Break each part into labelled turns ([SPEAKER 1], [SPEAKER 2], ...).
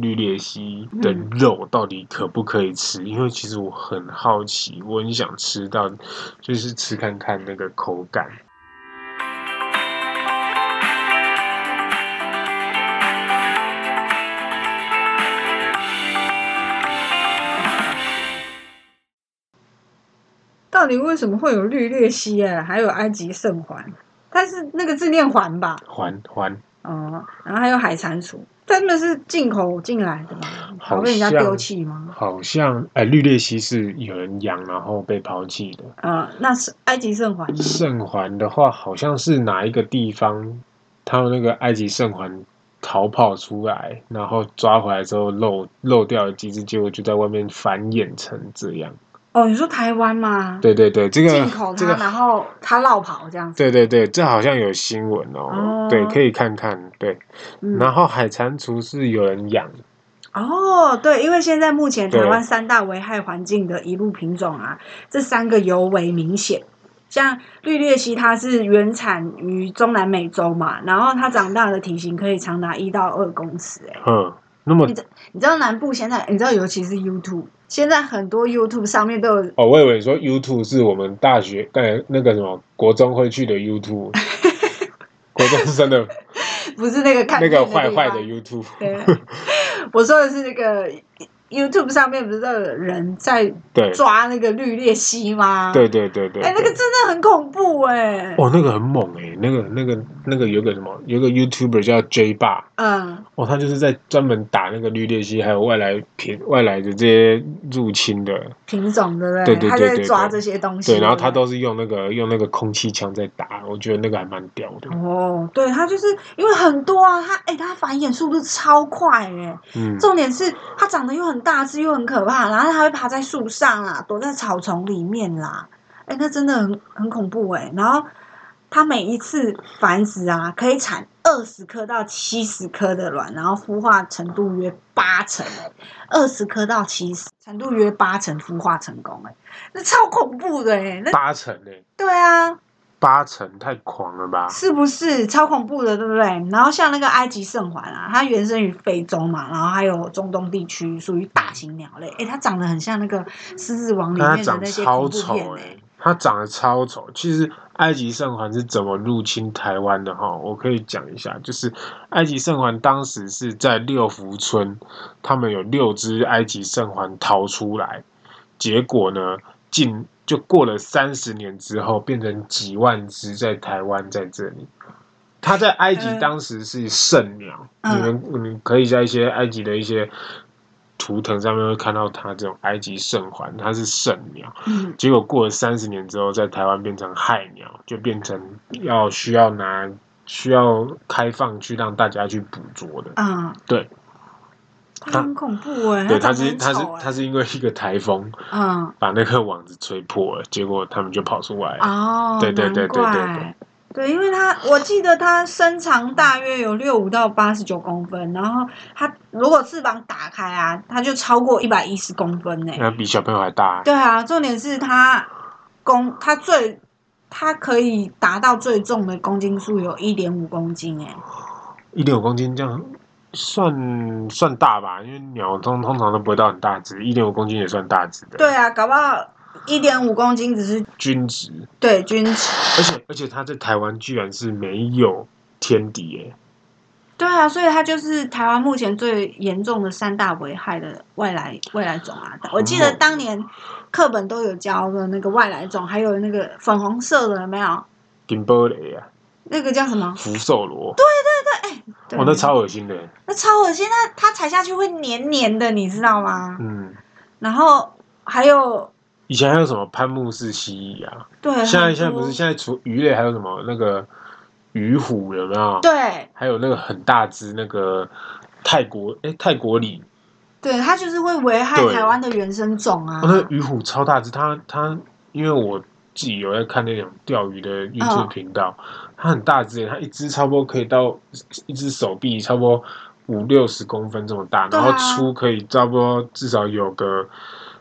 [SPEAKER 1] 绿鬣蜥的
[SPEAKER 2] 嗯
[SPEAKER 1] 肉到底可不可以吃？因为其实我很好奇，我很想吃到，就是吃看看那个口感。
[SPEAKER 2] 到底为什么会有绿鬣蜥啊？还有埃及圣环，它是那个字念环吧？
[SPEAKER 1] 还还
[SPEAKER 2] 哦，然后还有海蟾蜍，真的是进口进来的吗？好被人家
[SPEAKER 1] 好像
[SPEAKER 2] 丢弃吗？
[SPEAKER 1] 好像哎、绿鬣蜥是有人养然后被抛弃的。
[SPEAKER 2] 呃，那是埃及圣环呢
[SPEAKER 1] 圣环的话，好像是哪一个地方，他们那个埃及圣环逃跑出来，然后抓回来之后漏漏掉了几只，结果就在外面繁衍成这样。
[SPEAKER 2] 哦，你说台湾吗？
[SPEAKER 1] 对对对，这个
[SPEAKER 2] 进口
[SPEAKER 1] 这
[SPEAKER 2] 它，
[SPEAKER 1] 个，
[SPEAKER 2] 然后它绕跑这样子。
[SPEAKER 1] 对对对，这好像有新闻哦。
[SPEAKER 2] 哦
[SPEAKER 1] 对，可以看看。对，
[SPEAKER 2] 嗯，
[SPEAKER 1] 然后海蟾蜍是有人养，
[SPEAKER 2] 哦，对，因为现在目前
[SPEAKER 1] 对
[SPEAKER 2] 台湾三大危害环境的一路品种啊，这三个尤为明显。像绿鬣蜥，它是原产于中南美洲嘛，然后它长大的体型可以长达一到二公尺、欸，
[SPEAKER 1] 嗯，那么
[SPEAKER 2] 你知你知道南部现在，你知道尤其是 YouTube，现在很多 YouTube 上面都有，
[SPEAKER 1] 哦，我以为你说 YouTube 是我们大学呃那个什么国中会去的 YouTube，国中生的
[SPEAKER 2] 不是那个看
[SPEAKER 1] 那
[SPEAKER 2] 片
[SPEAKER 1] 个
[SPEAKER 2] 地
[SPEAKER 1] 坏坏的
[SPEAKER 2] 方
[SPEAKER 1] YouTube。
[SPEAKER 2] 对， 我说的是那个 YouTube 上面不是都有人在
[SPEAKER 1] 对
[SPEAKER 2] 抓那个绿鬣蜥吗？
[SPEAKER 1] 对对对对，
[SPEAKER 2] 哎、那
[SPEAKER 1] 对
[SPEAKER 2] 个真的很恐怖哎、
[SPEAKER 1] 哦，那个很猛哎、那个那个那个有个什么，有个 YouTuber 叫 J 爸，
[SPEAKER 2] 嗯，
[SPEAKER 1] 哦，他就是在专门打那个绿鬣蜥，还有外来品外来的这些入侵的，
[SPEAKER 2] 品种对不对？
[SPEAKER 1] 对对对对
[SPEAKER 2] 他在抓这些东西，
[SPEAKER 1] 对，然后
[SPEAKER 2] 不
[SPEAKER 1] 他都是用那个用那个空气枪在打，我觉得那个还蛮屌的，
[SPEAKER 2] 哦，对，他就是因为很多啊，他哎、他繁衍速度超快哎、
[SPEAKER 1] 嗯，
[SPEAKER 2] 重点是它长得又很大只又很可怕，然后它会爬在树上啦，躲在草丛里面啦，哎、那真的很很恐怖哎、然后它每一次繁殖啊，可以产二十颗到七十颗的卵，然后孵化程度约八成哎、二十颗到七十，程度约八成孵化成功哎、那超恐怖的哎、那
[SPEAKER 1] 八成哎、
[SPEAKER 2] 对啊，
[SPEAKER 1] 八成太狂了吧？
[SPEAKER 2] 是不是超恐怖的，对不对？然后像那个埃及圣环啊，它原生于非洲嘛，然后还有中东地区，属于大型鸟类。诶，它长得很像那个《狮子王》里
[SPEAKER 1] 但他
[SPEAKER 2] 面的
[SPEAKER 1] 长
[SPEAKER 2] 那些
[SPEAKER 1] 超
[SPEAKER 2] 恐怖
[SPEAKER 1] 丑
[SPEAKER 2] 片欸
[SPEAKER 1] 哎、
[SPEAKER 2] 诶。
[SPEAKER 1] 他长得超丑。其实埃及圣环是怎么入侵台湾的哈？我可以讲一下，就是埃及圣环当时是在六福村，他们有六只埃及圣环逃出来，结果呢，近就过了三十年之后，变成几万只在台湾在这里。它在埃及
[SPEAKER 2] 嗯
[SPEAKER 1] 当时是圣鸟，
[SPEAKER 2] 嗯
[SPEAKER 1] 你们你们可以在一些埃及的一些图腾上面会看到它这种埃及圣环，它是圣鸟。
[SPEAKER 2] 嗯，
[SPEAKER 1] 结果过了三十年之后，在台湾变成害鸟，就变成要需要拿需要开放去让大家去捕捉的。
[SPEAKER 2] 嗯，
[SPEAKER 1] 对，
[SPEAKER 2] 它很恐怖诶，
[SPEAKER 1] 对，
[SPEAKER 2] 它
[SPEAKER 1] 它
[SPEAKER 2] 长得
[SPEAKER 1] 是
[SPEAKER 2] 很
[SPEAKER 1] 它是
[SPEAKER 2] 丑欸诶
[SPEAKER 1] 它是因为一个台风
[SPEAKER 2] 嗯，
[SPEAKER 1] 把那个网子吹破了，结果他们就跑出来了。
[SPEAKER 2] 哦，
[SPEAKER 1] 对对对
[SPEAKER 2] 难
[SPEAKER 1] 对对
[SPEAKER 2] 怪。对，因为它我记得它身长大约有六五到八十九公分，然后它如果翅膀打开啊，它就超过一百一十公分呢、
[SPEAKER 1] 那比小朋友还大、
[SPEAKER 2] 对啊，重点是它公它最它可以达到最重的公斤数有一点五公斤哎、
[SPEAKER 1] 一点五公斤这样算算大吧，因为鸟通通常都不会到很大只，一点五公斤也算大只的。，
[SPEAKER 2] 对啊，搞不好一点五公斤只是
[SPEAKER 1] 均值，
[SPEAKER 2] 对均值。
[SPEAKER 1] 而且而且它在台湾居然是没有天敌耶、
[SPEAKER 2] 对啊，所以它就是台湾目前最严重的三大危害的外来外来种啊！我记
[SPEAKER 1] 哦
[SPEAKER 2] 得当年课本都有教的那个外来种，还有那个粉红色的有没有？
[SPEAKER 1] 顶波雷啊，
[SPEAKER 2] 那个叫什么？
[SPEAKER 1] 福寿螺，
[SPEAKER 2] 对
[SPEAKER 1] 哇，哦那超恶心的、
[SPEAKER 2] 那超恶心，它它踩下去会黏黏的，你知道吗？
[SPEAKER 1] 嗯，
[SPEAKER 2] 然后还有
[SPEAKER 1] 以前还有什么潘木氏蜥蜴啊？
[SPEAKER 2] 对，
[SPEAKER 1] 现在
[SPEAKER 2] 很
[SPEAKER 1] 现在
[SPEAKER 2] 多
[SPEAKER 1] 不是现在除鱼类还有什么那个鱼虎有没有？
[SPEAKER 2] 对
[SPEAKER 1] 还有那个很大只那个泰国哎、泰国鲤，
[SPEAKER 2] 对，它就是会危害
[SPEAKER 1] 对
[SPEAKER 2] 台湾的原生种啊
[SPEAKER 1] 哦，。那鱼虎超大只，它它因为我自己有在看那种钓鱼的
[SPEAKER 2] 嗯
[SPEAKER 1] YouTube 频道，它很大只耶，它一只差不多可以到一只手臂差不多五六十公分这么大，
[SPEAKER 2] 对
[SPEAKER 1] 然
[SPEAKER 2] 啊
[SPEAKER 1] 后粗可以差不多至少有个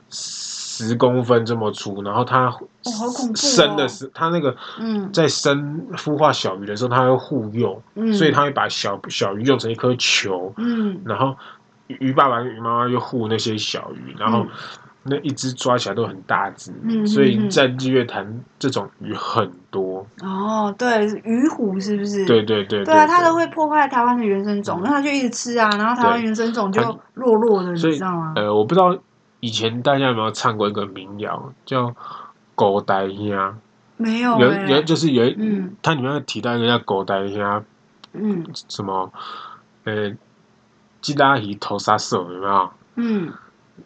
[SPEAKER 1] 十公分这么粗，然后它
[SPEAKER 2] 好恐怖哦
[SPEAKER 1] 生的时，它那个
[SPEAKER 2] 嗯
[SPEAKER 1] 在生孵化小鱼的时候，它会护幼，
[SPEAKER 2] 嗯，
[SPEAKER 1] 所以它会把小小鱼用成一颗球，
[SPEAKER 2] 嗯
[SPEAKER 1] 然后鱼爸爸跟鱼妈妈又护那些小鱼，然后
[SPEAKER 2] 嗯
[SPEAKER 1] 那一只抓起来都很大只，
[SPEAKER 2] 嗯嗯
[SPEAKER 1] 所以
[SPEAKER 2] 嗯
[SPEAKER 1] 在日月潭这种鱼很多。
[SPEAKER 2] 哦，对，鱼虎是不是？
[SPEAKER 1] 对对对嗯
[SPEAKER 2] 对啊，它都会破坏台湾的原生种，那它就一直吃啊，然后台湾
[SPEAKER 1] 对
[SPEAKER 2] 原生种就弱弱的，你
[SPEAKER 1] 所以
[SPEAKER 2] 知道吗？
[SPEAKER 1] 呃，我不知道以前大家有没有唱过一个民谣叫《狗呆鸭
[SPEAKER 2] 没哦有》，
[SPEAKER 1] 有
[SPEAKER 2] 欸
[SPEAKER 1] 有就是有一，
[SPEAKER 2] 嗯
[SPEAKER 1] 它里面有提到一个叫“狗呆鸭”，
[SPEAKER 2] 嗯
[SPEAKER 1] 什么呃，吉拉鱼头杀手有没有？
[SPEAKER 2] 嗯，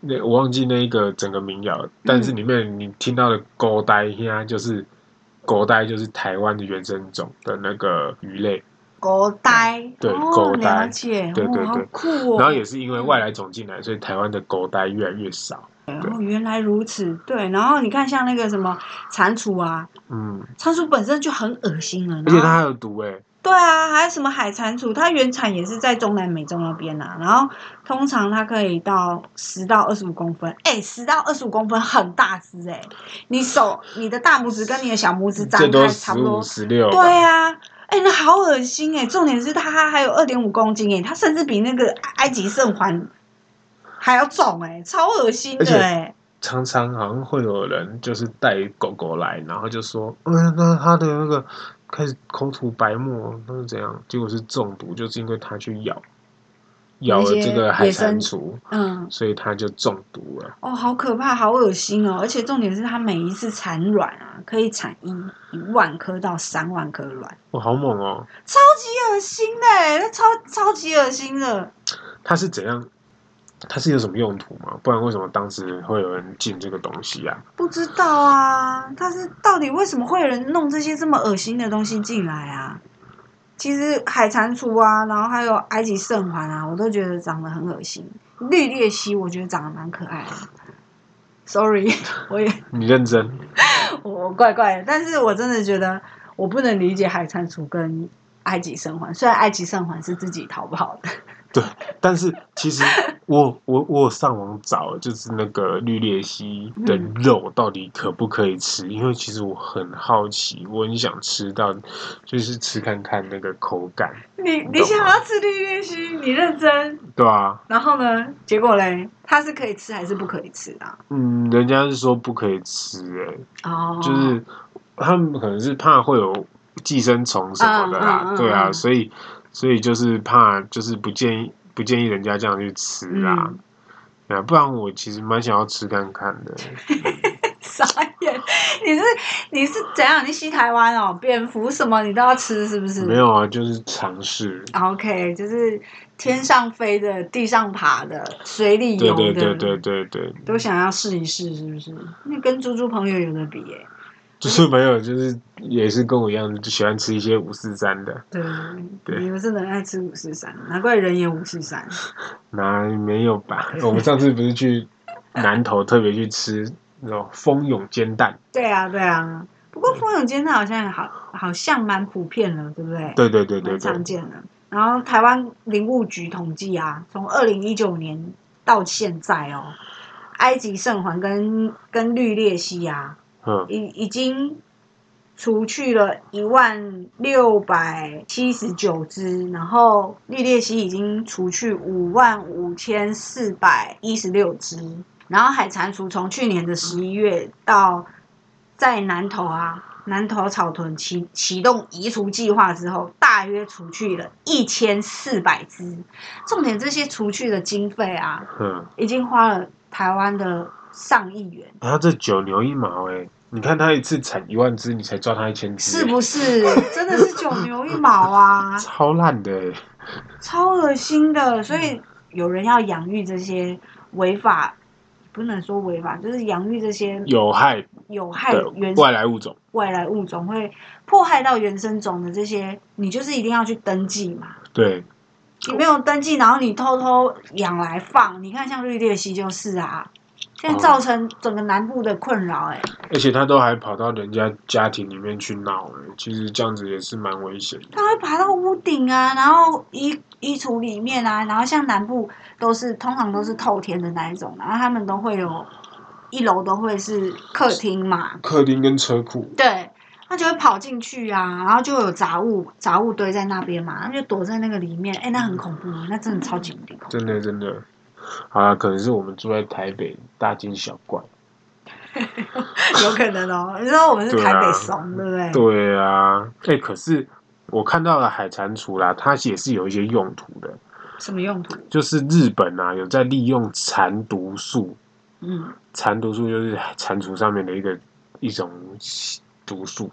[SPEAKER 1] 那我忘记那一个整个民谣，但是里面你听到的“狗呆鸭”就是“狗呆”，就是台湾的原生种的那个鱼类，
[SPEAKER 2] 狗呆，
[SPEAKER 1] 对
[SPEAKER 2] 哦
[SPEAKER 1] 狗呆
[SPEAKER 2] 了解，
[SPEAKER 1] 对对
[SPEAKER 2] 哦，好
[SPEAKER 1] 对
[SPEAKER 2] 酷哦。
[SPEAKER 1] 然后也是因为外来种进来，所以台湾的狗呆越来越少。
[SPEAKER 2] 哦，原来如此，对。然后你看，像那个什么蟾蜍啊，
[SPEAKER 1] 嗯，
[SPEAKER 2] 蟾蜍本身就很恶心了，
[SPEAKER 1] 而且
[SPEAKER 2] 然
[SPEAKER 1] 它
[SPEAKER 2] 后
[SPEAKER 1] 还有毒哎、
[SPEAKER 2] 对啊，还有什么海蟾蜍，它原产也是在中南美洲那边啊。然后通常它可以到十到二十五公分，哎、十到二十五公分很大只哎、你手你的大拇指跟你的小拇指张
[SPEAKER 1] 最多
[SPEAKER 2] 开差
[SPEAKER 1] 十
[SPEAKER 2] 不
[SPEAKER 1] 五
[SPEAKER 2] 多，
[SPEAKER 1] 欸十六。
[SPEAKER 2] 对啊。哎、那好恶心哎、重点是它还有二点五公斤哎、它甚至比那个埃及圣环还要重哎、超恶心
[SPEAKER 1] 而且
[SPEAKER 2] 的哎、
[SPEAKER 1] 常常好像会有人就是带狗狗来，然后就说，嗯，那它的那个开始口吐白沫，那是怎样？结果是中毒，就是因为它去咬，咬了这个海蟾蜍，
[SPEAKER 2] 嗯，
[SPEAKER 1] 所以它就中毒了。
[SPEAKER 2] 哦，好可怕，好恶心哦！而且重点是它每一次产卵啊，可以产一一万颗到三万颗卵，
[SPEAKER 1] 哇，好猛哦！
[SPEAKER 2] 超级恶心的欸，那超超级恶心的。
[SPEAKER 1] 它是怎样？它是有什么用途吗？不然为什么当时会有人进这个东西啊？
[SPEAKER 2] 不知道啊，但是到底为什么会有人弄这些这么恶心的东西进来啊？其实海蟾蜍啊，然后还有埃及圣环啊，我都觉得长得很恶心。绿鬣蜥我觉得长得蛮可爱的。Sorry，我 也
[SPEAKER 1] 你认真？
[SPEAKER 2] 我怪怪的，但是我真的觉得我不能理解海蟾蜍跟埃及圣环，虽然埃及圣环是自己逃不好的。
[SPEAKER 1] 对，但是其实我我我有上网找，就是那个绿鬣蜥的
[SPEAKER 2] 嗯
[SPEAKER 1] 肉到底可不可以吃？因为其实我很好奇，我很想吃到，就是吃看看那个口感，
[SPEAKER 2] 你
[SPEAKER 1] 你
[SPEAKER 2] 你
[SPEAKER 1] 懂
[SPEAKER 2] 想
[SPEAKER 1] 吗
[SPEAKER 2] 要吃绿鬣蜥，你认真，
[SPEAKER 1] 对啊，
[SPEAKER 2] 然后呢？结果嘞，它是可以吃还是不可以吃啊？
[SPEAKER 1] 嗯，人家是说不可以吃、欸，
[SPEAKER 2] 哦，
[SPEAKER 1] 就是他们可能是怕会有寄生虫什么的啦，
[SPEAKER 2] 嗯嗯嗯
[SPEAKER 1] 对啊，
[SPEAKER 2] 嗯
[SPEAKER 1] 所以所以就是怕，就是不建议不建议人家这样去吃啦。
[SPEAKER 2] 嗯
[SPEAKER 1] 对啊，不然我其实蛮想要吃看看的。
[SPEAKER 2] 傻眼，你是你是怎样？你西台湾哦，蝙蝠什么你都要吃是不是？
[SPEAKER 1] 没。有啊，就是尝试。
[SPEAKER 2] OK，就是天上飞的、地上爬的、水里
[SPEAKER 1] 对
[SPEAKER 2] 游
[SPEAKER 1] 对
[SPEAKER 2] 的，
[SPEAKER 1] 对对对对，
[SPEAKER 2] 都想要试一试，是不是？那跟猪猪朋友有的比耶、
[SPEAKER 1] 就是没有，就是也是跟我一样，就喜欢吃一些五四三的，
[SPEAKER 2] 对，
[SPEAKER 1] 对
[SPEAKER 2] 你们真的很爱吃五四三，难怪人也五四三。
[SPEAKER 1] 哪没有 吧？我们上次不是去南头特别去吃那种蜂蛹煎蛋？
[SPEAKER 2] 对啊，对啊。不过蜂蛹煎蛋好像好好像蛮普遍了，对不对？
[SPEAKER 1] 对对对对
[SPEAKER 2] 蛮常
[SPEAKER 1] 对，
[SPEAKER 2] 见的。然后台湾林务局统计啊，从二零一九年到现在哦，埃及圣环跟跟绿鬣蜥啊，
[SPEAKER 1] 嗯，
[SPEAKER 2] 已已经除去了一万六百七十九只，然后绿鬣蜥已经除去五万五千四百一十六只，然后海蟾蜍从去年的十一月到在南投啊。南投草屯启启动移除计划之后，大约除去了一千四百只。重点，这些除去的经费啊，
[SPEAKER 1] 嗯，
[SPEAKER 2] 已经花了台湾的上亿元。
[SPEAKER 1] 然后啊这九牛一毛哎、你看它一次产一万只，你才抓它一千只、，
[SPEAKER 2] 是不是？真的是九牛一毛啊
[SPEAKER 1] 超烂的、欸，
[SPEAKER 2] 超恶心的。所
[SPEAKER 1] 嗯
[SPEAKER 2] 以有人要养育这些违法，不能说违法，就是养育这些
[SPEAKER 1] 有害
[SPEAKER 2] 有害
[SPEAKER 1] 的
[SPEAKER 2] 原
[SPEAKER 1] 外来物种。
[SPEAKER 2] 外来物种，会迫害到原生种的这些，你就是一定要去登记嘛。
[SPEAKER 1] 对，
[SPEAKER 2] 你没有登记，然后你偷偷养来放，你看像绿鬣蜥就是啊，现在造成整个南部的困扰、哎，
[SPEAKER 1] 而且它都还跑到人家家庭里面去闹、欸，其实这样子也是蛮危险的。
[SPEAKER 2] 它会爬到屋顶啊，然后衣衣橱里面啊，然后像南部都是通常都是透天的那一种，啊然后他们都会有一楼都会是客厅嘛，
[SPEAKER 1] 客厅跟车库，
[SPEAKER 2] 对，它就会跑进去啊，然后就有杂物啊杂物堆在那边嘛，它就躲在那个里面，哎，那很恐怖，那真的超级无敌恐怖。
[SPEAKER 1] 真的真的，啊，可能是我们住在台北大惊小怪。
[SPEAKER 2] 有可能哦。你知道我们是
[SPEAKER 1] 对
[SPEAKER 2] 台
[SPEAKER 1] 啊
[SPEAKER 2] 北怂，对不对？
[SPEAKER 1] 对啊，哎、可是我看到了海蟾蜍啦，它也是有一些用途的，
[SPEAKER 2] 什么用途？
[SPEAKER 1] 就是日本啊有在利用蟾毒素，
[SPEAKER 2] 嗯
[SPEAKER 1] 蟾毒素就是蟾蜍上面的一个一种毒素，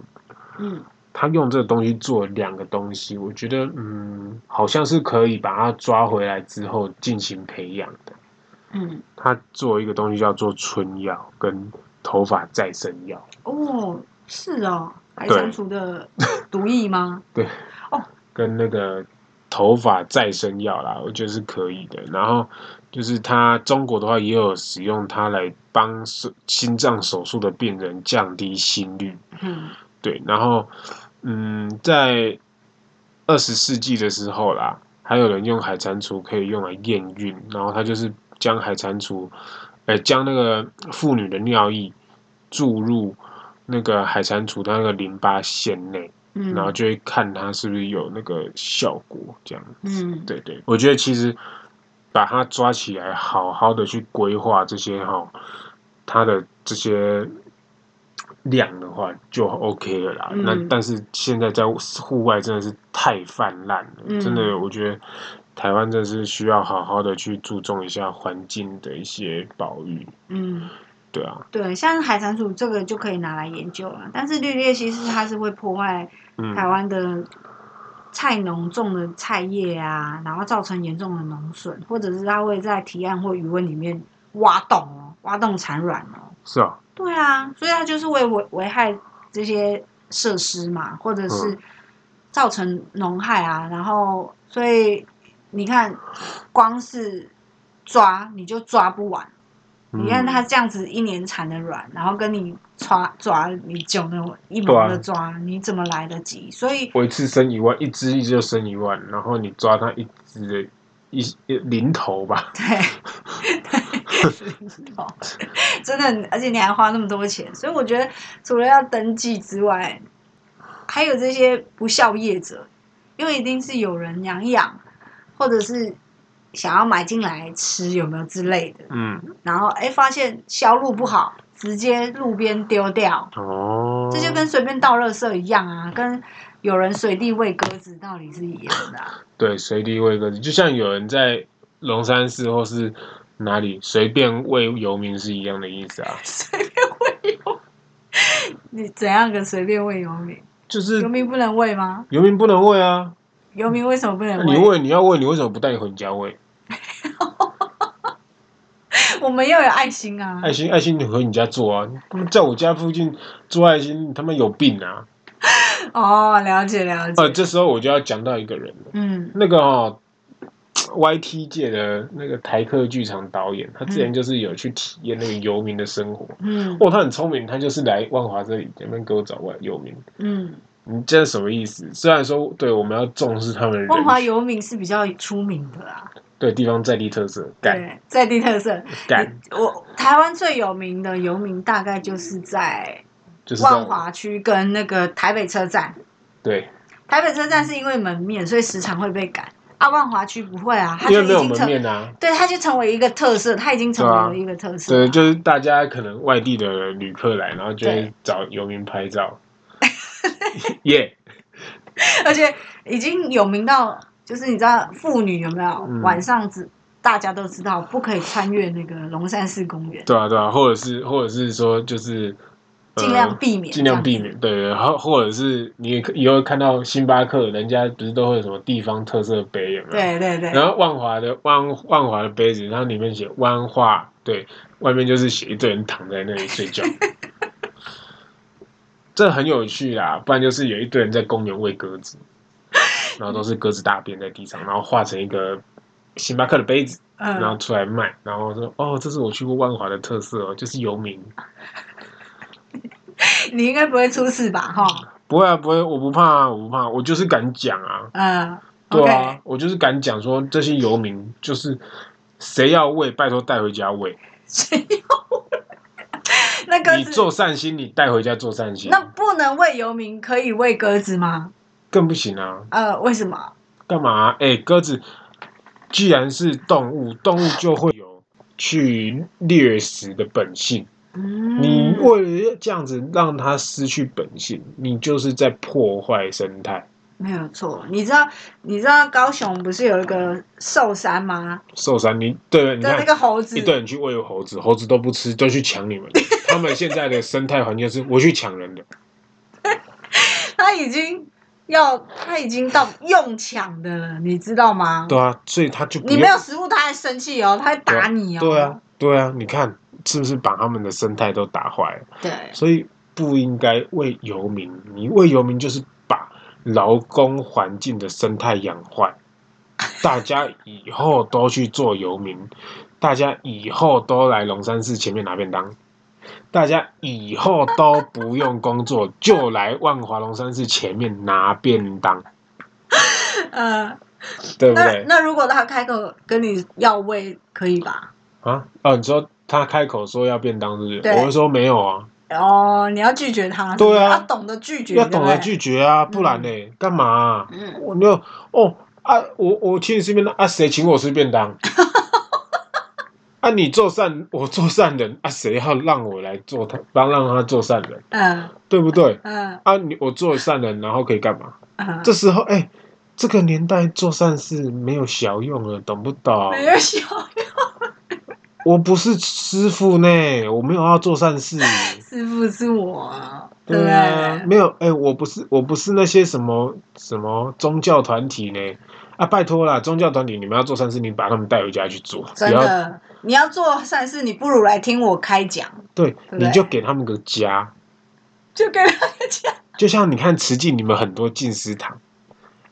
[SPEAKER 2] 嗯，
[SPEAKER 1] 他用这个东西做两个东西，我觉得嗯，好像是可以把它抓回来之后进行培养的。
[SPEAKER 2] 嗯，
[SPEAKER 1] 他做一个东西叫做春药跟头发再生药，
[SPEAKER 2] 哦，是哦，海
[SPEAKER 1] 对
[SPEAKER 2] 蟾蜍的毒液吗？
[SPEAKER 1] 跟那个头发再生药啦，我觉得是可以的。然后就是他中国的话也有使用它来帮手心脏手术的病人降低心率，
[SPEAKER 2] 嗯
[SPEAKER 1] 对，然后嗯，在二十世纪的时候啦，还有人用海蟾蜍可以用来验孕，然后他就是将海蟾蜍，呃，将那个妇女的尿液注入那个海蟾蜍的那个淋巴腺内，
[SPEAKER 2] 嗯，
[SPEAKER 1] 然后就会看它是不是有那个效果，这样。
[SPEAKER 2] 嗯，
[SPEAKER 1] 对对，我觉得其实把它抓起来，好好的去规划这些哈、它的这些量的话就 OK 了啦。
[SPEAKER 2] 嗯
[SPEAKER 1] 那但是现在在户外真的是太泛滥了，
[SPEAKER 2] 嗯
[SPEAKER 1] 真的，我觉得台湾真的是需要好好的去注重一下环境的一些保育。
[SPEAKER 2] 嗯，
[SPEAKER 1] 对啊，
[SPEAKER 2] 对，像海蟾蜍这个就可以拿来研究了，但是绿鬣蜥是它是会破坏
[SPEAKER 1] 嗯，
[SPEAKER 2] 台湾的菜农种的菜叶啊，然后造成严重的农损，或者是它会在提案或余温里面挖洞哦，挖洞产卵哦。
[SPEAKER 1] 是啊，
[SPEAKER 2] 对啊，所以它就是会危危害这些设施嘛，或者是造成农害啊。然后，所以你看，光是抓你就抓不完。你看
[SPEAKER 1] 嗯
[SPEAKER 2] 它这样子一年产的卵，然后跟你抓抓你九的一
[SPEAKER 1] 对啊
[SPEAKER 2] 模的抓，你怎么来得及？所以
[SPEAKER 1] 我一次生一万，一只一只就生一万，然后你抓它一只的一一零头吧，
[SPEAKER 2] 对， 哦，真的，而且你还花那么多钱，所以我觉得除了要登记之外，还有这些不孝业者，因为一定是有人养一养，或者是想要买进来吃，有没有之类的，
[SPEAKER 1] 嗯，
[SPEAKER 2] 然后哎发现销路不好，直接路边丢掉，
[SPEAKER 1] 哦，
[SPEAKER 2] 这就跟随便倒垃圾一样啊，跟有人随地喂鸽子道理是一样的啊、
[SPEAKER 1] 对，随地喂鸽子，就像有人在龙山寺或是哪里随便喂游民是一样的意思啊。
[SPEAKER 2] 随便喂游， 你怎样个随便喂游民？
[SPEAKER 1] 就是
[SPEAKER 2] 游民不能喂吗？
[SPEAKER 1] 游民不能喂啊，
[SPEAKER 2] 游民为什么不能
[SPEAKER 1] 那你喂你要喂，你为什么不带回家喂？
[SPEAKER 2] 我们要有爱心啊！
[SPEAKER 1] 爱心爱心，你回你家做啊，不在我家附近做爱心，你他妈有病啊！
[SPEAKER 2] 哦，了解了解。
[SPEAKER 1] 呃，这时候我就要讲到一个人了，
[SPEAKER 2] 嗯
[SPEAKER 1] 那个哦。YT 界的那个台客剧场导演，他之前就是有去体验那个游民的生活。
[SPEAKER 2] 嗯
[SPEAKER 1] 哦，他很聪明，他就是来万华这里，这边给我找外游民。
[SPEAKER 2] 嗯，
[SPEAKER 1] 你这是什么意思？虽然说对我们要重视他们的人
[SPEAKER 2] 万华
[SPEAKER 1] 权，
[SPEAKER 2] 游民是比较出名的啊，
[SPEAKER 1] 对地方在地特色，干
[SPEAKER 2] 对，在地特色。
[SPEAKER 1] 干
[SPEAKER 2] 我台湾最有名的游民大概就是在
[SPEAKER 1] 就是这
[SPEAKER 2] 万
[SPEAKER 1] 样。
[SPEAKER 2] 华区跟那个台北车站。
[SPEAKER 1] 对，
[SPEAKER 2] 台北车站是因为门面，所以时常会被赶。啊，万华区不会啊，它
[SPEAKER 1] 因
[SPEAKER 2] 就
[SPEAKER 1] 为
[SPEAKER 2] 已
[SPEAKER 1] 没有
[SPEAKER 2] 经
[SPEAKER 1] 门
[SPEAKER 2] 成，
[SPEAKER 1] 面啊，
[SPEAKER 2] 对，它就成为一个特色，它已经成为
[SPEAKER 1] 对啊
[SPEAKER 2] 了一个特色了。
[SPEAKER 1] 对，就是大家可能外地的旅客来，然后就会
[SPEAKER 2] 对
[SPEAKER 1] 找游民拍 照。耶，
[SPEAKER 2] 而且已经有名到，就是你知道妇女有没有、
[SPEAKER 1] 嗯
[SPEAKER 2] 晚上只大家都知道不可以穿越那个龙山寺公园，
[SPEAKER 1] 对啊，对啊，或者是或者是说就是呃
[SPEAKER 2] 尽量避免，
[SPEAKER 1] 尽量避。免，对对，然后或者是你也可以后看到星巴克，人家不是都会有什么地方特色杯有没有？
[SPEAKER 2] 对对对，
[SPEAKER 1] 然后万华的万万华的杯子，然后里面写万华，对，外面就是写一堆人躺在那里睡觉，这很有趣啦。不然就是有一堆人在公园喂鸽子，然后都是鸽子大便在地上，然后画成一个星巴克的杯子，然后
[SPEAKER 2] 嗯，
[SPEAKER 1] 出来卖，然后说哦，这是我去过万华的特色哦，就是游民。
[SPEAKER 2] 你应该不会出事吧？哈，
[SPEAKER 1] 不会啊，不会，我不怕啊，我不怕，我就是敢讲啊。
[SPEAKER 2] 嗯
[SPEAKER 1] 对
[SPEAKER 2] ，OK，
[SPEAKER 1] 啊我就是敢讲说这些游民就是谁要喂，拜托带回家喂。
[SPEAKER 2] 谁要喂那 鸽
[SPEAKER 1] 你
[SPEAKER 2] 子
[SPEAKER 1] 做善心，你带回家做善心，
[SPEAKER 2] 那不能喂游民，可以喂鸽子吗？
[SPEAKER 1] 更不行啊！啊
[SPEAKER 2] 呃，为什么？
[SPEAKER 1] 干嘛、哎、鸽子，既然是动物，动物就会有去掠食的本性。
[SPEAKER 2] 嗯，
[SPEAKER 1] 你为了这样子让它失去本性，你就是在破坏生态。
[SPEAKER 2] 没有错。你知道你知道高雄不是有一个寿山吗？
[SPEAKER 1] 寿山，你对，你
[SPEAKER 2] 的那
[SPEAKER 1] 看
[SPEAKER 2] 个猴子
[SPEAKER 1] 一，堆人去喂猴子，猴子都不吃，都去抢 你们。他们现在的生态环境是我去抢人的，
[SPEAKER 2] 嗯他已经要他已经到用抢的了，你知道吗？
[SPEAKER 1] 对啊，所以他就不
[SPEAKER 2] 你没
[SPEAKER 1] 用
[SPEAKER 2] 有食物，他还生气哦，他还打你哦。
[SPEAKER 1] 对啊，对啊，你看是不是把他们的生态都打坏了？
[SPEAKER 2] 对，
[SPEAKER 1] 所以不应该为游民，你为游民就是把劳工环境的生态养坏。大家以后都去做游民，大家以后都来龙山寺前面拿便当，大家以后都不用工作，就来万华龙山寺前面拿便当，
[SPEAKER 2] 呃，
[SPEAKER 1] 对不
[SPEAKER 2] 那
[SPEAKER 1] 对？
[SPEAKER 2] 那如果他开口跟你要喂，可以吧？
[SPEAKER 1] 啊，哦，你说他开口说要便当，是不是？
[SPEAKER 2] 对
[SPEAKER 1] 我会说没有啊。
[SPEAKER 2] 哦，你要拒绝他，
[SPEAKER 1] 对啊
[SPEAKER 2] 他懂得拒绝，
[SPEAKER 1] 要懂
[SPEAKER 2] 对
[SPEAKER 1] 得
[SPEAKER 2] 不对
[SPEAKER 1] 拒绝啊，不然呢、干嘛啊、
[SPEAKER 2] 嗯，
[SPEAKER 1] 我没有哦啊，我我请你吃便当啊，谁请我吃便当？ 啊，你做善，我做善人啊，谁要让我来做他，帮让他做善人，
[SPEAKER 2] 嗯
[SPEAKER 1] 对不对？
[SPEAKER 2] 嗯
[SPEAKER 1] 啊，你我做善人，然后可以干嘛？
[SPEAKER 2] 嗯，
[SPEAKER 1] 这时候，哎、这个年代做善事没有小用了，懂不懂？
[SPEAKER 2] 没有效，
[SPEAKER 1] 我不是师傅呢，我没有要做善事。
[SPEAKER 2] 师傅是我，对不
[SPEAKER 1] 对啊，
[SPEAKER 2] 对？
[SPEAKER 1] 没有，哎、我不是，我不是那些什么什么宗教团体呢，啊，拜托啦，宗教团体你们要做善事，你把他们带回家去做，不
[SPEAKER 2] 真
[SPEAKER 1] 要
[SPEAKER 2] 的，你要做善事，你不如来听我开讲，
[SPEAKER 1] 对，
[SPEAKER 2] 不对
[SPEAKER 1] 你就给他们个家，
[SPEAKER 2] 就跟他讲，
[SPEAKER 1] 就像你看慈济，你们很多进食堂，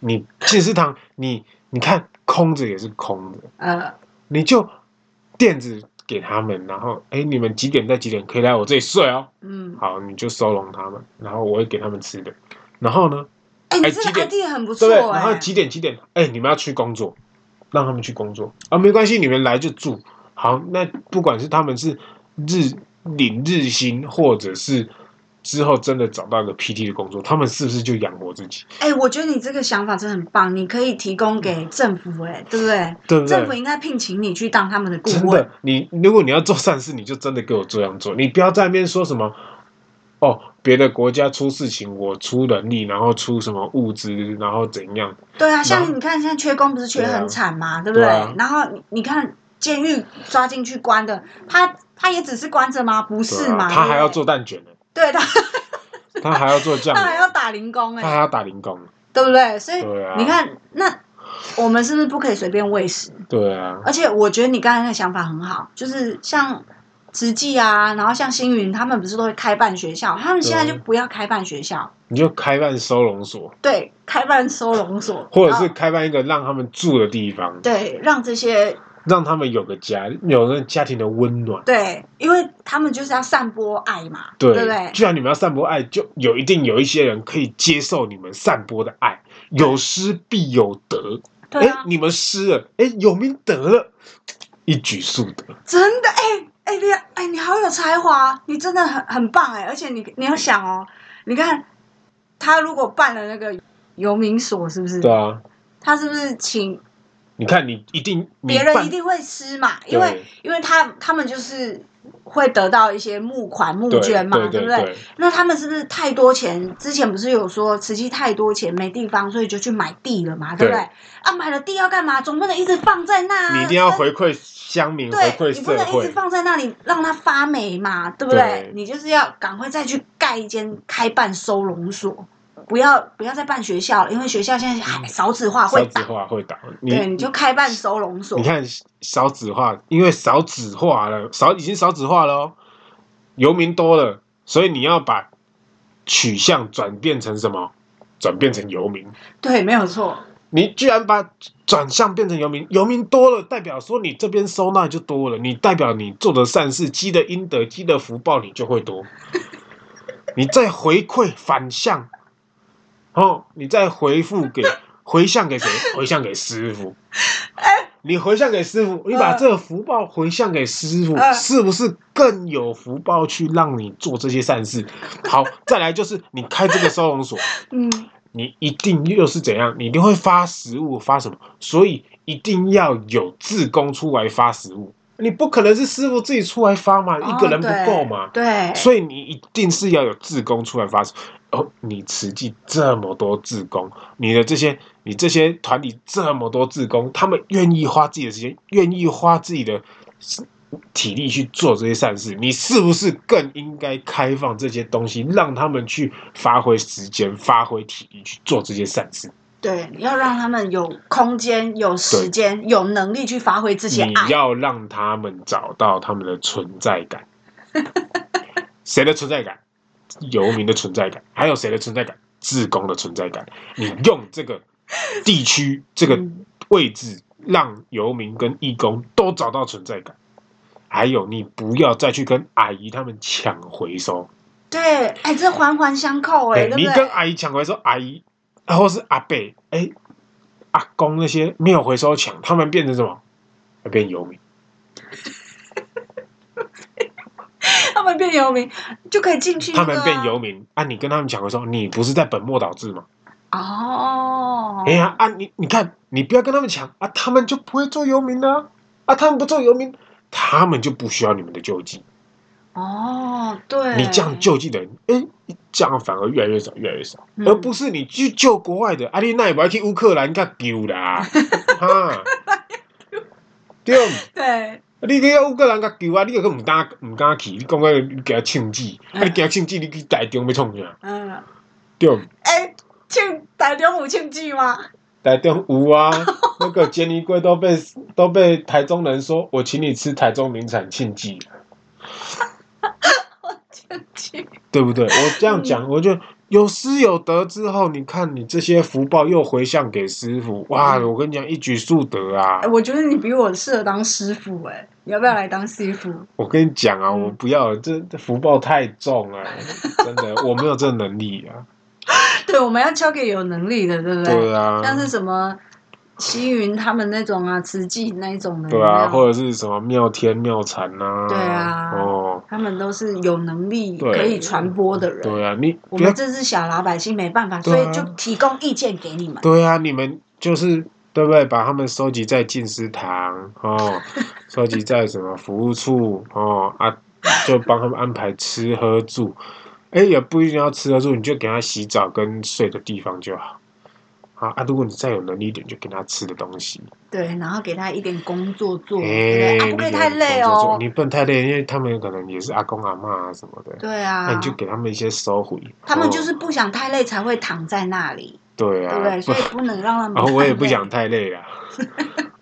[SPEAKER 1] 你进食堂，你你看空着也是空的，
[SPEAKER 2] 呃，
[SPEAKER 1] 你就垫子给他们，然后哎、你们几点到几点可以来我这里睡哦，
[SPEAKER 2] 嗯，
[SPEAKER 1] 好，你就收容他们，然后我会给他们吃的，然后呢，
[SPEAKER 2] 哎，你
[SPEAKER 1] 哎
[SPEAKER 2] 这
[SPEAKER 1] 几
[SPEAKER 2] 个
[SPEAKER 1] 点
[SPEAKER 2] idea 很不
[SPEAKER 1] 对
[SPEAKER 2] 错
[SPEAKER 1] 不对？然后
[SPEAKER 2] 哎，
[SPEAKER 1] 几点几点？哎、你们要去工作，让他们去工作啊，没关系，你们来就住。好，那不管是他们是日领日薪，或者是之后真的找到个 PT 的工作，他们是不是就养活自己？
[SPEAKER 2] 哎，我觉得你这个想法真的很棒，你可以提供给政府，哎，对不对？
[SPEAKER 1] 嗯对不
[SPEAKER 2] 政府
[SPEAKER 1] 对？
[SPEAKER 2] 应该聘请你去当他们的顾
[SPEAKER 1] 真
[SPEAKER 2] 问
[SPEAKER 1] 的，，你如果你要做善事，你就真的给我这样做，你不要在那边说什么哦，别的国家出事情，我出人力，然后出什么物资，然后怎样？
[SPEAKER 2] 对啊，
[SPEAKER 1] 然
[SPEAKER 2] 像
[SPEAKER 1] 后
[SPEAKER 2] 你看现在缺工不是缺
[SPEAKER 1] 对啊
[SPEAKER 2] 很惨嘛，对不对？
[SPEAKER 1] 对啊
[SPEAKER 2] 然后你你看监狱抓进去关的，他他也只是关着吗？不
[SPEAKER 1] 对
[SPEAKER 2] 是
[SPEAKER 1] 啊
[SPEAKER 2] 嘛？
[SPEAKER 1] 他还要
[SPEAKER 2] 对不对
[SPEAKER 1] 做，蛋卷呢，
[SPEAKER 2] 对他
[SPEAKER 1] 他还要做酱
[SPEAKER 2] 他还
[SPEAKER 1] 油，
[SPEAKER 2] 要打零工
[SPEAKER 1] 他
[SPEAKER 2] 哎、
[SPEAKER 1] 还要打零工。
[SPEAKER 2] 对不对？所以
[SPEAKER 1] 对啊
[SPEAKER 2] 你看那。我们是不是不可以随便喂食？
[SPEAKER 1] 对啊，
[SPEAKER 2] 而且我觉得你刚才那个想法很好，就是像慈济啊，然后像星云他们不是都会开办学校，他们现在
[SPEAKER 1] 对啊
[SPEAKER 2] 就不要开办学校，
[SPEAKER 1] 你就开办收容所，
[SPEAKER 2] 对，开办收容所，
[SPEAKER 1] 或者
[SPEAKER 2] 然后
[SPEAKER 1] 是开办一个让他们住的地方，
[SPEAKER 2] 哦对让这些
[SPEAKER 1] 让他们有个家，有那家庭的温暖。
[SPEAKER 2] 对，因为他们就是要散播爱嘛，
[SPEAKER 1] 对，
[SPEAKER 2] 不对？
[SPEAKER 1] 既然你们要散播爱，就有一定有一些人可以接受你们散播的爱。有失必有得，
[SPEAKER 2] 对
[SPEAKER 1] 哎、
[SPEAKER 2] 啊，
[SPEAKER 1] 你们失了，哎，有民得了，一举数得。
[SPEAKER 2] 真的，哎哎你哎你好有才华，你真的很很棒哎，而且你你要想哦，你看他如果办了那个游民所，是不是？
[SPEAKER 1] 对啊，
[SPEAKER 2] 他是不是请
[SPEAKER 1] 你看你一定，你
[SPEAKER 2] 别人
[SPEAKER 1] 办
[SPEAKER 2] 一定会吃嘛？因为因为他他们就是会得到一些募款募
[SPEAKER 1] 对
[SPEAKER 2] 捐嘛，
[SPEAKER 1] 对
[SPEAKER 2] 不
[SPEAKER 1] 对？
[SPEAKER 2] 那他们是不是太多钱？之前不是有说慈济太多钱没地方，所以就去买地了嘛，对不对？
[SPEAKER 1] 对
[SPEAKER 2] 啊，买了地要干嘛？总不能一直放在那、啊。
[SPEAKER 1] 你一定要
[SPEAKER 2] 那
[SPEAKER 1] 回馈乡民，回馈
[SPEAKER 2] 对，你不
[SPEAKER 1] 社
[SPEAKER 2] 能一直
[SPEAKER 1] 会。
[SPEAKER 2] 放在那里让它发霉嘛，对不对？
[SPEAKER 1] 对
[SPEAKER 2] 你就是要赶快再去盖一间开办收容所，不要不要再办学校了，因为学校现在还少子化
[SPEAKER 1] 嗯少
[SPEAKER 2] 会
[SPEAKER 1] 子
[SPEAKER 2] 打。
[SPEAKER 1] 化会打你，
[SPEAKER 2] 对，你就开办收容所
[SPEAKER 1] 你。看少子化，因为少子化了，少已经少子化了、哦，游民多了，所以你要把取向转变成什么？转变成游民。
[SPEAKER 2] 对，没有错。
[SPEAKER 1] 你居然把转向变成游民，游民多了，代表说你这边收纳就多了，你代表你做的善事、积的阴德、积的福报，你就会多。你再回馈反向，哦，你再回复给回向给谁？回向给师傅。你回向给师傅，你把这个福报回向给师傅，
[SPEAKER 2] 呃
[SPEAKER 1] 是不是更有福报去让你做这些善事？好，再来就是你开这个收容所，
[SPEAKER 2] 嗯，
[SPEAKER 1] 你一定又是怎样？你一定会发食物，发什么？所以一定要有志工出来发食物，你不可能是师傅自己出来发嘛，一个人不够嘛
[SPEAKER 2] 哦，对，
[SPEAKER 1] 所以你一定是要有志工出来发食物。哦，你慈济这么多志工，你的这些你这些团里这么多志工，他们愿意花自己的时间，愿意花自己的体力去做这些善事，你是不是更应该开放这些东西，让他们去发挥时间、发挥体力去做这些善事？
[SPEAKER 2] 对，要让他们有空间、有时间、有能力去发挥自己的
[SPEAKER 1] 你
[SPEAKER 2] 爱。
[SPEAKER 1] 要让他们找到他们的存在感。 谁的存在感？游民的存在感，还有谁的存在感？志工的存在感。你用这个地区、这个
[SPEAKER 2] 嗯
[SPEAKER 1] 位置，让游民跟义工都找到存在感。还有，你不要再去跟阿姨他们抢回收。
[SPEAKER 2] 对，哎，这环环相扣，哎，
[SPEAKER 1] 哎，
[SPEAKER 2] 对
[SPEAKER 1] 你
[SPEAKER 2] 不
[SPEAKER 1] 跟
[SPEAKER 2] 对？
[SPEAKER 1] 阿姨抢回收，阿姨啊或是阿伯，哎，阿公那些没有回收抢，他们变成什么？变游民。
[SPEAKER 2] 他们变游民就可以进去那
[SPEAKER 1] 他
[SPEAKER 2] 个啊，
[SPEAKER 1] 们变游民啊，你跟他们讲的时候，你不是在本末倒置吗？
[SPEAKER 2] 哦，
[SPEAKER 1] 哎呀啊，你你看，你不要跟他们抢啊，他们就不会做游民了啊他们不做游民，他们就不需要你们的救济。
[SPEAKER 2] 哦，对，
[SPEAKER 1] 你这样救济的人，哎、这样反而越来越少，越来越少，
[SPEAKER 2] 嗯
[SPEAKER 1] 而呃不是你去救国外的。啊，你那也不要去乌克兰干丢 啦，哈，对不。
[SPEAKER 2] 对，
[SPEAKER 1] 你去乌克兰甲救啊！你又去毋敢毋敢去，你讲个你惊庆忌，啊！你惊庆忌，你去台中要创啥？
[SPEAKER 2] 嗯，
[SPEAKER 1] 对不？
[SPEAKER 2] 哎，庆台中母庆忌吗？
[SPEAKER 1] 台中无啊， 那个杰尼龟都被都被台中人说，我请你吃台中名产庆忌，
[SPEAKER 2] 庆忌，
[SPEAKER 1] 对不对？我这样
[SPEAKER 2] 嗯
[SPEAKER 1] 讲，我就有失有得之后，你看你这些福报又回向给师傅，哇！
[SPEAKER 2] 嗯
[SPEAKER 1] 我跟你讲，一举数得啊
[SPEAKER 2] 哎，！我觉得你比我适合当师傅，哎，你要不要来当师傅？
[SPEAKER 1] 我跟你讲啊，
[SPEAKER 2] 嗯
[SPEAKER 1] 我不要这这福报太重了， 真的，我没有这能力啊。
[SPEAKER 2] 对，我们要交给有能力的，对不
[SPEAKER 1] 对啊，
[SPEAKER 2] 像是什么西云他们那种啊，慈济那一种的，
[SPEAKER 1] 对
[SPEAKER 2] 有没
[SPEAKER 1] 啊，
[SPEAKER 2] 有
[SPEAKER 1] 或者是什么妙天妙禅呐，
[SPEAKER 2] 对啊
[SPEAKER 1] 哦，
[SPEAKER 2] 他们都是有能力
[SPEAKER 1] 对
[SPEAKER 2] 可以传播的人。
[SPEAKER 1] 对啊，你
[SPEAKER 2] 我
[SPEAKER 1] 不要
[SPEAKER 2] 们这是小老百姓没办法，
[SPEAKER 1] 对
[SPEAKER 2] 所
[SPEAKER 1] 啊
[SPEAKER 2] 以就提供意见给你们。
[SPEAKER 1] 对啊，你们就是对不对？把他们收集在进食堂哦， 收集在什么服务处哦啊，就帮他们安排吃喝住。哎，也不一定要吃喝住，你就给他洗澡跟睡的地方就好。啊啊！如果你再有能力一点，就给他吃的东西。
[SPEAKER 2] 对，然后给他一点工作做，
[SPEAKER 1] 哎、
[SPEAKER 2] 对不对啊，不可以太累哦。
[SPEAKER 1] 你不能太累，因为他们有可能也是阿公阿妈啊什么的。
[SPEAKER 2] 对
[SPEAKER 1] 那、
[SPEAKER 2] 啊，
[SPEAKER 1] 你就给他们一些收回。
[SPEAKER 2] 他们就
[SPEAKER 1] 哦
[SPEAKER 2] 是不想太累才会躺在那里，
[SPEAKER 1] 对啊，
[SPEAKER 2] 对不对？所以不能让他们
[SPEAKER 1] 然后
[SPEAKER 2] 太累。
[SPEAKER 1] 我也不想太累啊，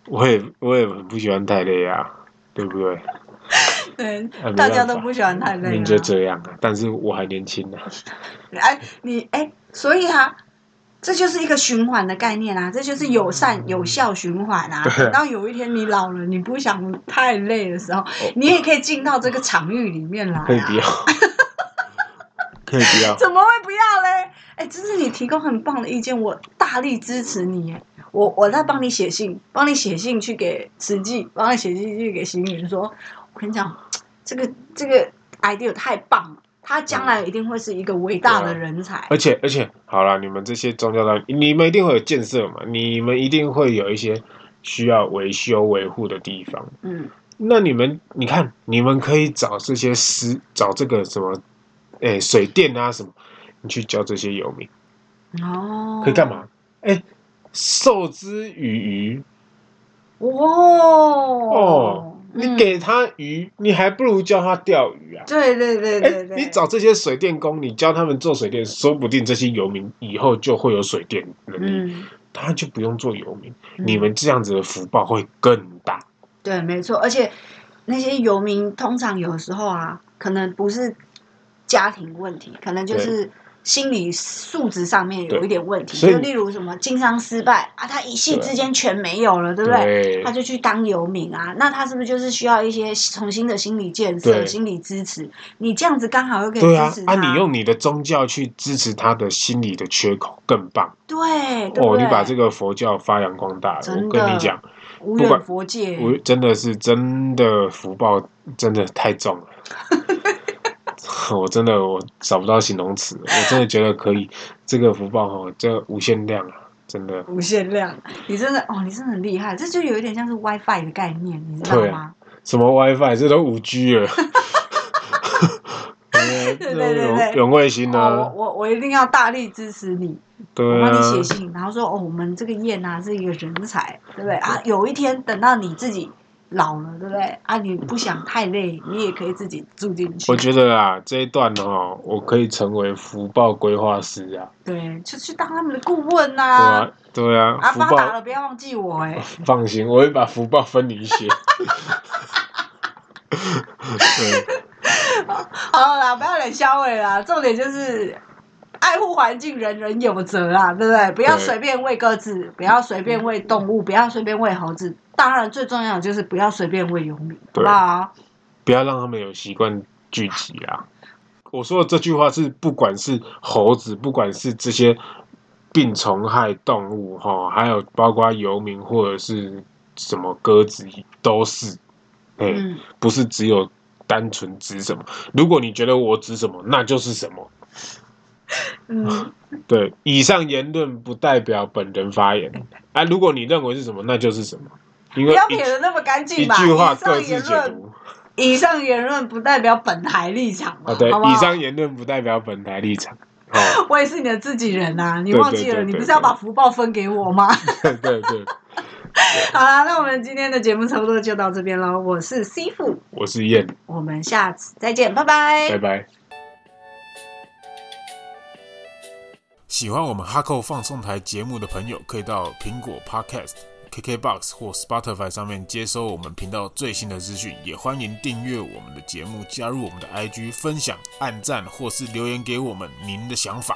[SPEAKER 1] 我也我也很不喜欢太累啊，对不对？
[SPEAKER 2] 对
[SPEAKER 1] 哎没，
[SPEAKER 2] 大
[SPEAKER 1] 办法
[SPEAKER 2] 家都不喜欢太累
[SPEAKER 1] 您
[SPEAKER 2] 啊。
[SPEAKER 1] 就这样啊，但是我还年轻啊呢、
[SPEAKER 2] 哎，你哎，所以啊，这就是一个循环的概念啊，这就是友善有效循环啊。
[SPEAKER 1] 嗯对啊哦
[SPEAKER 2] 等到有一天你老了，你不想太累的时候，你也可以进到这个场域里面来、啊。
[SPEAKER 1] 可以不 要，可以不要，
[SPEAKER 2] 怎么会不要嘞？哎，真是你提供很棒的意见，我大力支持你耶。我我在帮你写信，帮你写信去给慈济，帮你写信去给行云说，我跟你讲，这个这个 idea 太棒了，他将来一定会是一个伟大
[SPEAKER 1] 对
[SPEAKER 2] 的
[SPEAKER 1] 啊
[SPEAKER 2] 人才。
[SPEAKER 1] 而且而且，好了，你们这些宗教团，你们一定会有建设嘛，你们一定会有一些需要维修维护的地方。
[SPEAKER 2] 嗯，
[SPEAKER 1] 那你们，你看，你们可以找这些师，找这个什么，哎、水电啊什么，你去教这些游民。
[SPEAKER 2] 哦，
[SPEAKER 1] 可以干？嘛？哎、授之以鱼，
[SPEAKER 2] 哦
[SPEAKER 1] 哦你给他鱼，你还不如教他钓鱼啊
[SPEAKER 2] 嗯、。对对对
[SPEAKER 1] 哎、
[SPEAKER 2] 对对，
[SPEAKER 1] 你找这些水电工，你教他们做水电，说不定这些游民以后就会有水电能力，
[SPEAKER 2] 嗯，
[SPEAKER 1] 他就不用做游民。
[SPEAKER 2] 嗯
[SPEAKER 1] 你们这样子的福报会更大。
[SPEAKER 2] 对，没错，而且那些游民通常有时候啊，可能不是家庭问题，可能就是心理素质上面有一点问题，
[SPEAKER 1] 对所以
[SPEAKER 2] 就例如什么经商失败啊，他一夕之间全没有了，对不对？他就去当游民啊，那他是不是就是需要一些重新的心理建设、
[SPEAKER 1] 对
[SPEAKER 2] 心理支持？你这样子刚好又可以
[SPEAKER 1] 对啊
[SPEAKER 2] 支持，
[SPEAKER 1] 啊，
[SPEAKER 2] 他，
[SPEAKER 1] 你用你的宗教去支持他的心理的缺口，更棒
[SPEAKER 2] 对，对不
[SPEAKER 1] 哦！
[SPEAKER 2] 对
[SPEAKER 1] 你把这个佛教发扬光大了，
[SPEAKER 2] 真
[SPEAKER 1] 我
[SPEAKER 2] 的
[SPEAKER 1] 跟你讲，
[SPEAKER 2] 无
[SPEAKER 1] 不管
[SPEAKER 2] 远佛界，
[SPEAKER 1] 我真的是真的福报真的太重 了，我真的我找不到形容词，我真的觉得可以，这个福报哈，这无限量啊，真的。
[SPEAKER 2] 无限量，你真的哦，你真的很厉害，这就有一点像是 WiFi 的概念，你知道
[SPEAKER 1] 对啊
[SPEAKER 2] 吗？
[SPEAKER 1] 什么 WiFi，这都五 G 了。哎对
[SPEAKER 2] 对对对
[SPEAKER 1] 永卫星
[SPEAKER 2] 哦
[SPEAKER 1] 啊，，
[SPEAKER 2] 我我我一定要大力支持你，我
[SPEAKER 1] 对
[SPEAKER 2] 帮
[SPEAKER 1] 啊
[SPEAKER 2] 你，写信，然后说哦，我们这个燕啊是一个人才，对不对啊？有一天等到你自己老了，对不对啊？你不想太累，你也可以自己住进去。
[SPEAKER 1] 我觉得啊，这一段哦，我可以成为福报规划师啊，
[SPEAKER 2] 对，就去当他们的顾问
[SPEAKER 1] 对
[SPEAKER 2] 呐、
[SPEAKER 1] 啊，对啊，
[SPEAKER 2] 啊，
[SPEAKER 1] 福
[SPEAKER 2] 发达
[SPEAKER 1] 报
[SPEAKER 2] 了不要忘记我 哎、
[SPEAKER 1] 放心，我会把福报分你一 些。 对，
[SPEAKER 2] 好了啦，不要脸消委啦，重点就是爱护环境，人人有责啦，对不对？不要
[SPEAKER 1] 对
[SPEAKER 2] 随便喂鸽子，不要随便喂动物，不要随便喂猴子。当然，最重要的就是不要随便喂游民，好
[SPEAKER 1] 对
[SPEAKER 2] 不好？
[SPEAKER 1] 不要让他们有习惯聚集啊。我说的这句话是，不管是猴子，不管是这些病虫害动物哈，还有包括游民或者是什么鸽子，都是，哎、
[SPEAKER 2] 嗯，
[SPEAKER 1] 不是只有单纯指什么。如果你觉得我指什么，那就是什么。
[SPEAKER 2] 嗯，
[SPEAKER 1] 对，以上言论不代表本人发言。啊，如果你认为是什么，那就是什么。因
[SPEAKER 2] 不
[SPEAKER 1] 为
[SPEAKER 2] 要
[SPEAKER 1] 一
[SPEAKER 2] 撇的那么干
[SPEAKER 1] 一
[SPEAKER 2] 净吧。
[SPEAKER 1] 句话
[SPEAKER 2] 以
[SPEAKER 1] 各
[SPEAKER 2] 上
[SPEAKER 1] 自
[SPEAKER 2] 言
[SPEAKER 1] 解
[SPEAKER 2] 论，
[SPEAKER 1] 读
[SPEAKER 2] 以上言论不代表本台立场嘛，
[SPEAKER 1] 啊。对，
[SPEAKER 2] 好不好
[SPEAKER 1] 以上言论不代表本台立场。哦，
[SPEAKER 2] 我也是你的自己人呐、你
[SPEAKER 1] 对
[SPEAKER 2] 忘
[SPEAKER 1] 对
[SPEAKER 2] 记了？
[SPEAKER 1] 对
[SPEAKER 2] 你
[SPEAKER 1] 对
[SPEAKER 2] 不是要
[SPEAKER 1] 对
[SPEAKER 2] 把福报分给我吗？
[SPEAKER 1] 对对对，
[SPEAKER 2] 好啦，那我们今天的节目差不多就到这边喽。我是 C 父，
[SPEAKER 1] 我是燕，
[SPEAKER 2] 我们下次再见，拜拜
[SPEAKER 1] 拜拜。喜欢我们哈扣放送台节目的朋友，可以到苹果 Podcast、KKBox 或 Spotify 上面接收我们频道最新的资讯。也欢迎订阅我们的节目，加入我们的 IG，分享、按赞或是留言给我们您的想法。